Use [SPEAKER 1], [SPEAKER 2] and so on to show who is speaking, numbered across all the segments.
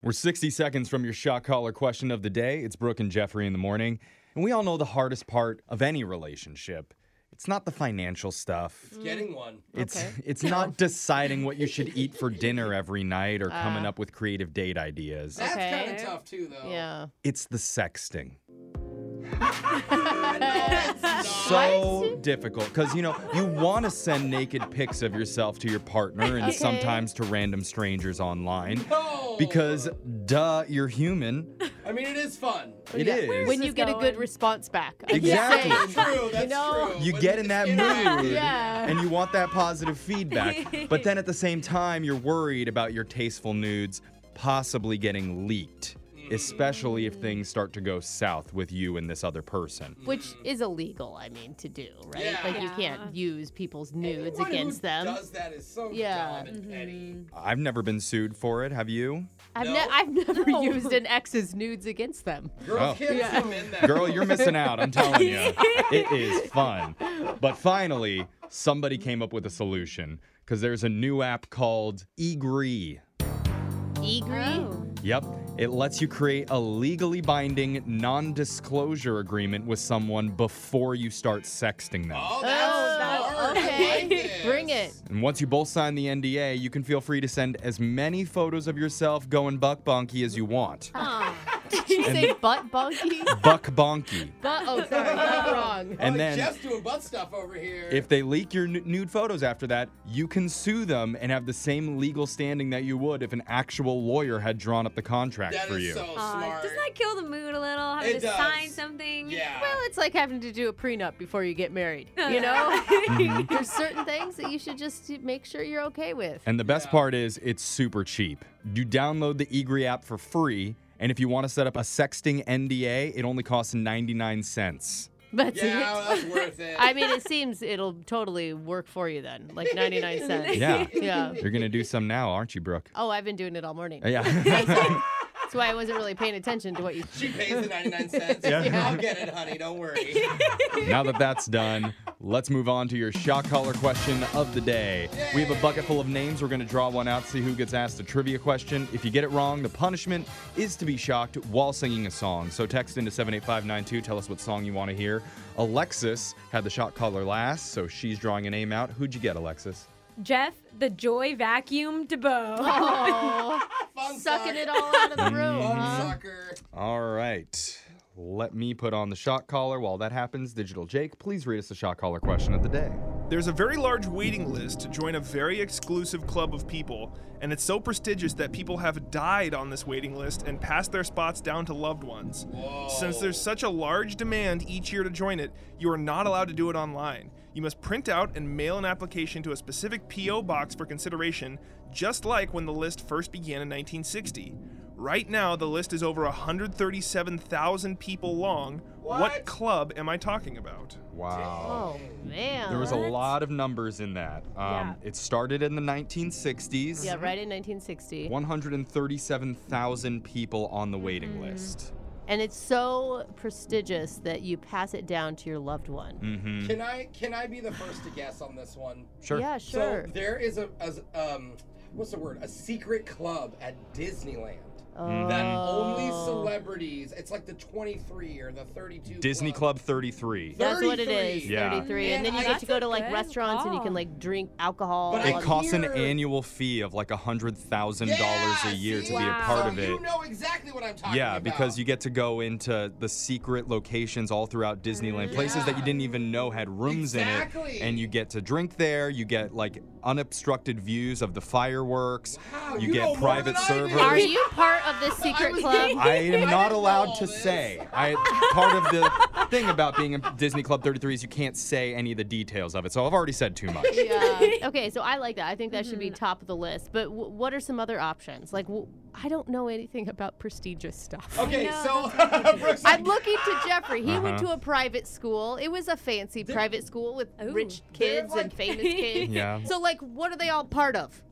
[SPEAKER 1] We're 60 seconds from your shot caller question of the day. It's Brooke and Jeffrey in the morning. And we all know the hardest part of any relationship. It's not the financial stuff.
[SPEAKER 2] Mm.
[SPEAKER 3] Getting one.
[SPEAKER 1] It's
[SPEAKER 2] Okay.
[SPEAKER 1] it's not deciding what you should eat for dinner every night or coming
[SPEAKER 2] Uh.
[SPEAKER 1] up with creative date ideas.
[SPEAKER 3] That's
[SPEAKER 2] Okay.
[SPEAKER 3] kind of tough too, though.
[SPEAKER 2] Yeah.
[SPEAKER 1] It's the sexting. so difficult because you know you want to send naked pics of yourself to your partner and
[SPEAKER 2] Okay.
[SPEAKER 1] sometimes to random strangers online
[SPEAKER 3] No.
[SPEAKER 1] because duh you're human
[SPEAKER 3] Oh. I mean, it is fun.
[SPEAKER 1] It
[SPEAKER 2] Oh, Yeah.
[SPEAKER 1] is.
[SPEAKER 2] When
[SPEAKER 4] this
[SPEAKER 2] you get a
[SPEAKER 4] going?
[SPEAKER 2] good response back. I'm just
[SPEAKER 1] Exactly.
[SPEAKER 2] saying.
[SPEAKER 3] That's true. That's
[SPEAKER 2] know,
[SPEAKER 3] true.
[SPEAKER 1] you
[SPEAKER 3] But
[SPEAKER 1] get in that
[SPEAKER 3] it's
[SPEAKER 1] mood
[SPEAKER 2] Yeah.
[SPEAKER 1] and you want that positive feedback but then at the same time you're worried about your tasteful nudes possibly getting leaked especially if things start to go south with you and this other person
[SPEAKER 2] Which is illegal, I mean, to do, right?
[SPEAKER 3] Yeah.
[SPEAKER 2] Like you
[SPEAKER 4] Yeah.
[SPEAKER 2] can't use people's
[SPEAKER 3] Anyone
[SPEAKER 2] nudes
[SPEAKER 3] who
[SPEAKER 2] against them.
[SPEAKER 3] Does that is so
[SPEAKER 2] Yeah. Mm-hmm.
[SPEAKER 3] dumb and petty.
[SPEAKER 1] i've never been sued for it have you
[SPEAKER 2] I've,
[SPEAKER 3] No.
[SPEAKER 2] ne- I've never
[SPEAKER 4] No.
[SPEAKER 2] used an ex's nudes against them.
[SPEAKER 3] Girls
[SPEAKER 1] Oh.
[SPEAKER 3] can't
[SPEAKER 2] Yeah.
[SPEAKER 3] swim in that.
[SPEAKER 1] Girl, you're missing out. I'm telling you. It is fun. But finally, somebody came up with a solution because there's a new app called eGree.
[SPEAKER 2] Egree?
[SPEAKER 4] Oh.
[SPEAKER 1] Yep. It lets you create a legally binding non disclosure agreement with someone before you start sexting them.
[SPEAKER 3] Oh,
[SPEAKER 2] Oh,
[SPEAKER 3] that's
[SPEAKER 2] that-
[SPEAKER 3] smart. I
[SPEAKER 2] okay.
[SPEAKER 3] like this. Oh,
[SPEAKER 2] Bring it.
[SPEAKER 1] And once you both sign the NDA, you can feel free to send as many photos of yourself going buck bonky as you want.
[SPEAKER 2] Did you say butt bonky?
[SPEAKER 1] Buck bonky.
[SPEAKER 2] butt? Oh, sorry. That's wrong.
[SPEAKER 1] And
[SPEAKER 3] Like,
[SPEAKER 1] then.
[SPEAKER 3] Jeff's doing butt stuff over here.
[SPEAKER 1] If they leak your n- nude photos after that, you can sue them and have the same legal standing that you would if an actual lawyer had drawn up the contract
[SPEAKER 3] that
[SPEAKER 1] for
[SPEAKER 3] is
[SPEAKER 1] you.
[SPEAKER 3] so
[SPEAKER 4] Aw,
[SPEAKER 3] smart.
[SPEAKER 4] doesn't that kill the mood a little? Having
[SPEAKER 3] It
[SPEAKER 4] to sign
[SPEAKER 3] does.
[SPEAKER 4] something.
[SPEAKER 3] yeah.
[SPEAKER 2] Well, it's like having to do a prenup before you get married. You know? There's certain things that you should just make sure you're okay with.
[SPEAKER 1] and the best
[SPEAKER 3] Yeah.
[SPEAKER 1] part is it's super cheap. You download the Egree app for free, and if you want to set up a sexting NDA, it only costs 99 cents.
[SPEAKER 2] That's
[SPEAKER 3] yeah,
[SPEAKER 2] it.
[SPEAKER 3] well, that's worth it.
[SPEAKER 2] I mean, it seems it'll totally work for you then, like 99 cents.
[SPEAKER 1] Yeah.
[SPEAKER 2] Yeah.
[SPEAKER 1] You're going to do some now, aren't you, Brooke?
[SPEAKER 2] Oh, I've been doing it all morning.
[SPEAKER 1] Uh, Yeah.
[SPEAKER 2] That's why I wasn't really paying attention to what you.
[SPEAKER 3] she pays the 99 cents.
[SPEAKER 1] Yeah.
[SPEAKER 3] I'll get it, honey. Don't worry.
[SPEAKER 1] now that that's done, let's move on to your shock collar question of the day. We have a bucket full of names. We're going to draw one out, see who gets asked a trivia question. If you get it wrong, the punishment is to be shocked while singing a song. So text into 78592. Tell us what song you want to hear. Alexis had the shock collar last, so she's drawing a name out. Who'd you get, Alexis?
[SPEAKER 4] Jeff, the joy vacuum DeBoe.
[SPEAKER 2] Oh,
[SPEAKER 3] Fun
[SPEAKER 2] sucking
[SPEAKER 3] sucker.
[SPEAKER 2] it Mm-hmm. all out of
[SPEAKER 1] Mm.
[SPEAKER 2] the room.
[SPEAKER 3] Fun
[SPEAKER 2] huh?
[SPEAKER 3] sucker.
[SPEAKER 1] All right. Let me put on the shock collar. While that happens, Digital Jake, please read us the shock collar question of the day.
[SPEAKER 5] There's a very large waiting list to join a very exclusive club of people, and it's so prestigious that people have died on this waiting list and passed their spots down to loved ones. Since there's such a large demand each year to join it, you are not allowed to do it online. You must print out and mail an application to a specific P.O. box for consideration, just like when the list first began in 1960. Right now, the list is over 137,000 people long.
[SPEAKER 3] What?
[SPEAKER 5] what club am I talking about?
[SPEAKER 1] Wow.
[SPEAKER 2] Oh man.
[SPEAKER 1] There was a lot of numbers in that. Um,
[SPEAKER 4] Yeah.
[SPEAKER 1] It started in the 1960s.
[SPEAKER 2] Yeah, right in 1960.
[SPEAKER 1] 137,000 people on the waiting
[SPEAKER 3] Mm-hmm.
[SPEAKER 1] list.
[SPEAKER 2] And it's so prestigious that you pass it down to your loved one.
[SPEAKER 1] Mm,
[SPEAKER 3] Can I can I be the first to guess on this one?
[SPEAKER 1] Sure.
[SPEAKER 2] Yeah, sure.
[SPEAKER 3] So there is a, as um what's the word? A secret club at Disneyland.
[SPEAKER 1] Mm.
[SPEAKER 3] That only
[SPEAKER 2] Oh.
[SPEAKER 3] celebrities. It's like the 23 or the 32.
[SPEAKER 1] Disney Club 33.
[SPEAKER 3] Yeah.
[SPEAKER 2] That's what it is.
[SPEAKER 3] 33. Yeah.
[SPEAKER 2] 33. And
[SPEAKER 3] Man,
[SPEAKER 2] then you
[SPEAKER 3] I-
[SPEAKER 2] get to go
[SPEAKER 4] That's
[SPEAKER 2] to
[SPEAKER 4] a
[SPEAKER 2] like
[SPEAKER 4] good
[SPEAKER 2] restaurants and you
[SPEAKER 4] call.
[SPEAKER 2] can like drink alcohol.
[SPEAKER 3] But I
[SPEAKER 1] It
[SPEAKER 2] and-
[SPEAKER 1] costs an
[SPEAKER 3] hear-
[SPEAKER 1] annual fee of like $100,000
[SPEAKER 3] Yeah,
[SPEAKER 1] a year to
[SPEAKER 3] see?
[SPEAKER 1] be a
[SPEAKER 4] Wow.
[SPEAKER 1] part
[SPEAKER 3] So
[SPEAKER 1] of it.
[SPEAKER 3] You know exactly what I'm talking about.
[SPEAKER 1] yeah, because you get to go into the secret locations all throughout Disneyland, places that you didn't even know had rooms in
[SPEAKER 3] Mm-hmm. Exactly.
[SPEAKER 1] it. And you get to drink there, you get like unobstructed views of the fireworks,
[SPEAKER 3] Wow,
[SPEAKER 1] you,
[SPEAKER 3] you know
[SPEAKER 1] get
[SPEAKER 3] more
[SPEAKER 1] private
[SPEAKER 3] than I do.
[SPEAKER 1] servers.
[SPEAKER 2] Are you part of this secret club?
[SPEAKER 1] I am not
[SPEAKER 3] know
[SPEAKER 1] allowed
[SPEAKER 3] all
[SPEAKER 1] to
[SPEAKER 3] this.
[SPEAKER 1] say. I part of the thing about being in Disney Club 33 is you can't say any of the details of it. So I've already said too much.
[SPEAKER 2] yeah. Okay, so I like that. I think that should be top of the list. But w- what are some other options? Like, w- I don't know anything about prestigious stuff.
[SPEAKER 5] Oh,
[SPEAKER 3] Okay,
[SPEAKER 4] know,
[SPEAKER 3] so Brooke's
[SPEAKER 2] I'm
[SPEAKER 3] like,
[SPEAKER 2] looking to Jeffrey. He went
[SPEAKER 1] Uh-huh.
[SPEAKER 2] to a private school. It was a fancy private school with
[SPEAKER 4] Ooh.
[SPEAKER 2] rich
[SPEAKER 3] They're
[SPEAKER 2] kids and
[SPEAKER 3] like-
[SPEAKER 2] famous kids.
[SPEAKER 1] Yeah.
[SPEAKER 2] So, like, what are they all part of?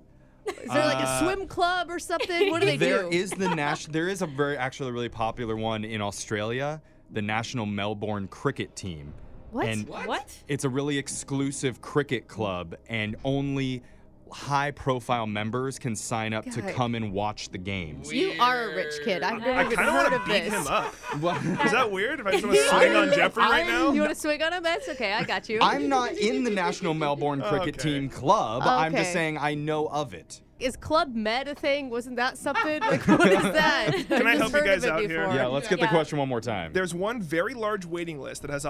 [SPEAKER 2] Is there like a
[SPEAKER 1] Uh,
[SPEAKER 2] swim club or something? What do they
[SPEAKER 1] There
[SPEAKER 2] do?
[SPEAKER 1] is the national. There is a very actually really popular one in Australia, the National Melbourne Cricket Team.
[SPEAKER 2] What?
[SPEAKER 1] And
[SPEAKER 3] What?
[SPEAKER 4] What?
[SPEAKER 1] it's a really exclusive cricket club, and only high profile members can sign up to
[SPEAKER 2] God.
[SPEAKER 1] come and watch the games.
[SPEAKER 2] You are a rich kid. I've
[SPEAKER 4] Weird.
[SPEAKER 2] never
[SPEAKER 5] I
[SPEAKER 2] even
[SPEAKER 5] kind of
[SPEAKER 2] heard
[SPEAKER 5] want to
[SPEAKER 2] of
[SPEAKER 5] beat
[SPEAKER 2] this.
[SPEAKER 5] him up. Is
[SPEAKER 1] Well,
[SPEAKER 5] that weird? If I just want to swing on Jeffrey right now?
[SPEAKER 2] You want to swing on him? That's okay. I got you.
[SPEAKER 1] I'm not in the National Melbourne Cricket
[SPEAKER 5] Okay.
[SPEAKER 1] Team Club. I'm just
[SPEAKER 2] Okay.
[SPEAKER 1] saying I know of it.
[SPEAKER 2] Is Club Med a thing? Wasn't that something? Like, what is that? Can
[SPEAKER 5] I help you guys out here?
[SPEAKER 1] Yeah, let's get the
[SPEAKER 4] Yeah.
[SPEAKER 1] question one more time.
[SPEAKER 5] There's one very large waiting list that has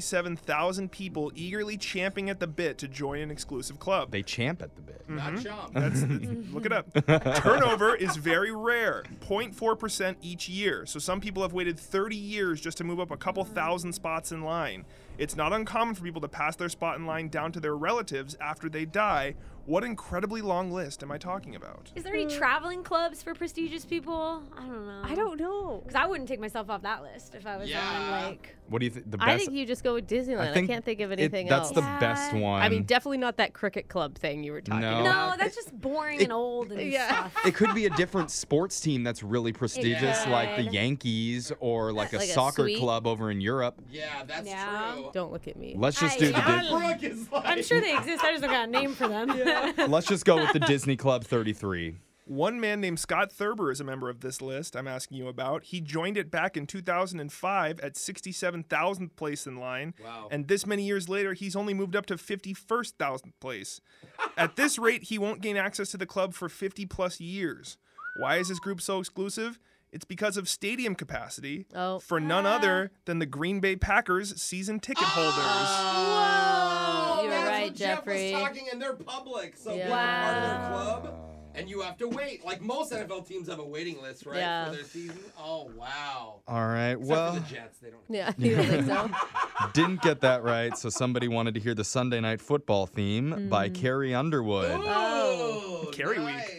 [SPEAKER 5] 137,000 people eagerly champing at the bit to join an exclusive club.
[SPEAKER 1] they champ at the bit.
[SPEAKER 3] Not chump.
[SPEAKER 5] That's, that's- look it up. Turnover is very rare, 0.4% each year. So some people have waited 30 years just to move up a couple thousand spots in line. It's not uncommon for people to pass their spot in line down to their relatives after they die. What incredibly long list am I talking about?
[SPEAKER 4] Is there any traveling clubs for prestigious people? Hmm. I don't know.
[SPEAKER 2] I don't know.
[SPEAKER 4] Because I wouldn't take myself off that list if I was on,
[SPEAKER 3] Yeah.
[SPEAKER 4] like.
[SPEAKER 1] What do you think? The best.
[SPEAKER 2] I think you just go with Disneyland. I, can't think of
[SPEAKER 1] it-
[SPEAKER 2] anything
[SPEAKER 1] that's
[SPEAKER 2] else.
[SPEAKER 1] the
[SPEAKER 4] Yeah.
[SPEAKER 1] best one.
[SPEAKER 2] I mean, definitely not that cricket club thing you were talking
[SPEAKER 1] No.
[SPEAKER 2] about.
[SPEAKER 4] No, that's just boring and old and
[SPEAKER 2] Yeah.
[SPEAKER 4] stuff.
[SPEAKER 1] it could be a different sports team that's really prestigious, like the
[SPEAKER 4] could.
[SPEAKER 1] Yankees or like a
[SPEAKER 2] Like a
[SPEAKER 1] soccer
[SPEAKER 2] sweet-
[SPEAKER 1] club over in Europe.
[SPEAKER 3] Yeah, that's
[SPEAKER 4] Yeah.
[SPEAKER 3] true.
[SPEAKER 2] Don't look at me.
[SPEAKER 1] Let's just
[SPEAKER 4] I-
[SPEAKER 1] do the. Di-
[SPEAKER 3] Brooke is like,
[SPEAKER 4] I'm sure they exist. I just don't got a name for them.
[SPEAKER 1] let's just go with the Disney Club 33.
[SPEAKER 5] One man named Scott Thurber is a member of this list I'm asking you about. He joined it back in 2005 at 67,000th place in line.
[SPEAKER 3] Wow.
[SPEAKER 5] And this many years later, he's only moved up to 51,000th place. at this rate, he won't gain access to the club for 50 plus years. Why is this group so exclusive? It's because of stadium capacity
[SPEAKER 2] Oh.
[SPEAKER 5] for none other than the Green Bay Packers season ticket holders.
[SPEAKER 3] Oh,
[SPEAKER 2] You're
[SPEAKER 3] that's
[SPEAKER 2] right,
[SPEAKER 3] what Jeff was
[SPEAKER 2] Jeffrey.
[SPEAKER 3] talking, and they're public, so
[SPEAKER 2] Yeah.
[SPEAKER 3] they're part of their club, and you have to wait. Like most NFL teams have a waiting list, right,
[SPEAKER 2] Yeah.
[SPEAKER 3] for their season. Oh wow.
[SPEAKER 1] All right.
[SPEAKER 3] Except
[SPEAKER 1] Well,
[SPEAKER 3] for the Jets, they don't.
[SPEAKER 2] Yeah, you don't think so?
[SPEAKER 1] didn't get that right, so somebody wanted to hear the Sunday night football theme by
[SPEAKER 2] Mm.
[SPEAKER 1] Carrie Underwood.
[SPEAKER 3] Oh,
[SPEAKER 5] Carry week.
[SPEAKER 3] nice.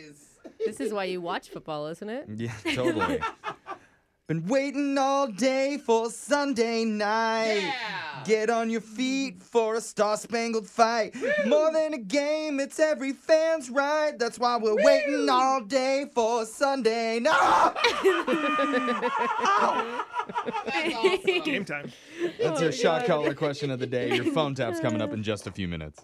[SPEAKER 2] This is why you watch football, isn't it?
[SPEAKER 1] Yeah, totally. Been waiting all day for Sunday night.
[SPEAKER 3] Yeah.
[SPEAKER 1] Get on your feet for a star spangled fight. More than a game, it's every fan's right. That's why we're waiting all day for Sunday night.
[SPEAKER 3] That's awesome.
[SPEAKER 5] Game time.
[SPEAKER 1] That's your shot caller question of the day. Your phone tap's coming up in just a few minutes.